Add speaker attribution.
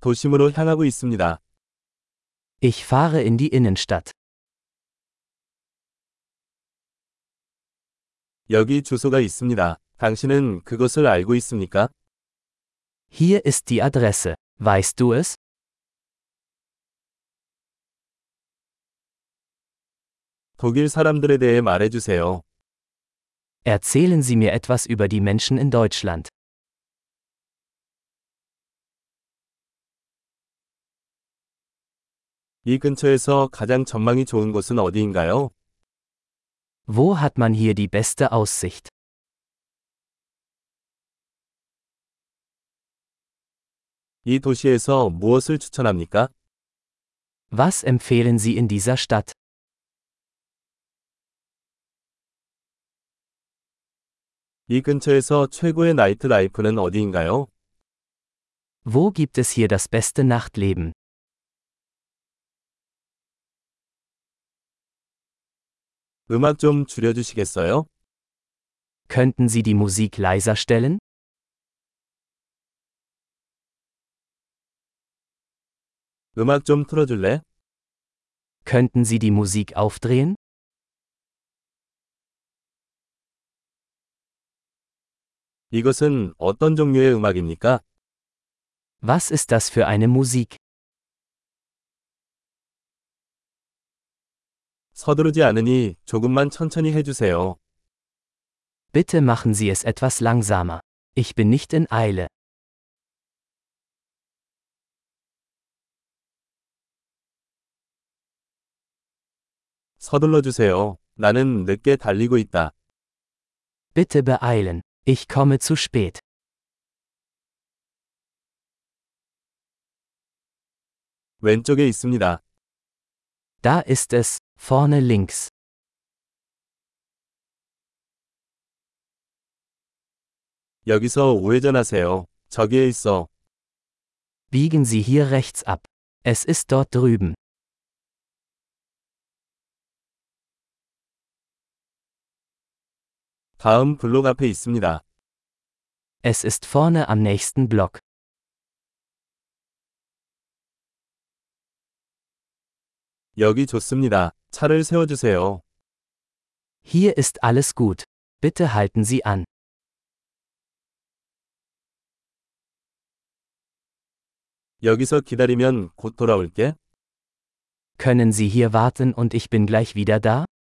Speaker 1: 도심으로 향하고 있습니다.
Speaker 2: Ich fahre in die Innenstadt.
Speaker 1: 여기 주소가 있습니다. 당신은 그것을 알고 있습니까?
Speaker 2: Hier ist die Adresse. Weißt du es?
Speaker 1: 독일 사람들에 대해 말해주세요.
Speaker 2: Erzählen Sie mir etwas über die Menschen in Deutschland.
Speaker 1: 이 근처에서 가장 전망이 좋은 곳은 어디인가요?
Speaker 2: Wo hat man hier die beste Aussicht?
Speaker 1: 이 도시에서 무엇을 추천합니까?
Speaker 2: Was empfehlen Sie in dieser Stadt?
Speaker 1: 이 근처에서 최고의 나이트 라이프는 어디인가요?
Speaker 2: Wo gibt es hier das beste Nachtleben?
Speaker 1: 음악 좀 줄여주시겠어요?
Speaker 2: Könnten Sie die Musik leiser stellen?
Speaker 1: 음악 좀 틀어줄래?
Speaker 2: Könnten Sie die Musik aufdrehen?
Speaker 1: 이것은 어떤 종류의 음악입니까?
Speaker 2: Was ist das für eine Musik?
Speaker 1: 서두르지 않으니 조금만 천천히 해주세요.
Speaker 2: Bitte machen Sie es etwas langsamer. Ich bin nicht in Eile.
Speaker 1: 서둘러 주세요. 나는 늦게 달리고 있다.
Speaker 2: Bitte beeilen. Ich komme zu spät.
Speaker 1: 왼쪽에 있습니다.
Speaker 2: Da ist es, vorne links.
Speaker 1: 여기서 우회전하세요. 저기에 있어.
Speaker 2: Biegen Sie hier rechts ab. Es ist dort drüben.
Speaker 1: 다음 블록 앞에 있습니다.
Speaker 2: Es ist vorne am nächsten Block.
Speaker 1: 여기 좋습니다. 차를 세워주세요.
Speaker 2: Hier ist alles gut. Bitte halten Sie an.
Speaker 1: 여기서 기다리면 곧 돌아올게.
Speaker 2: Können Sie hier warten und ich bin gleich wieder da?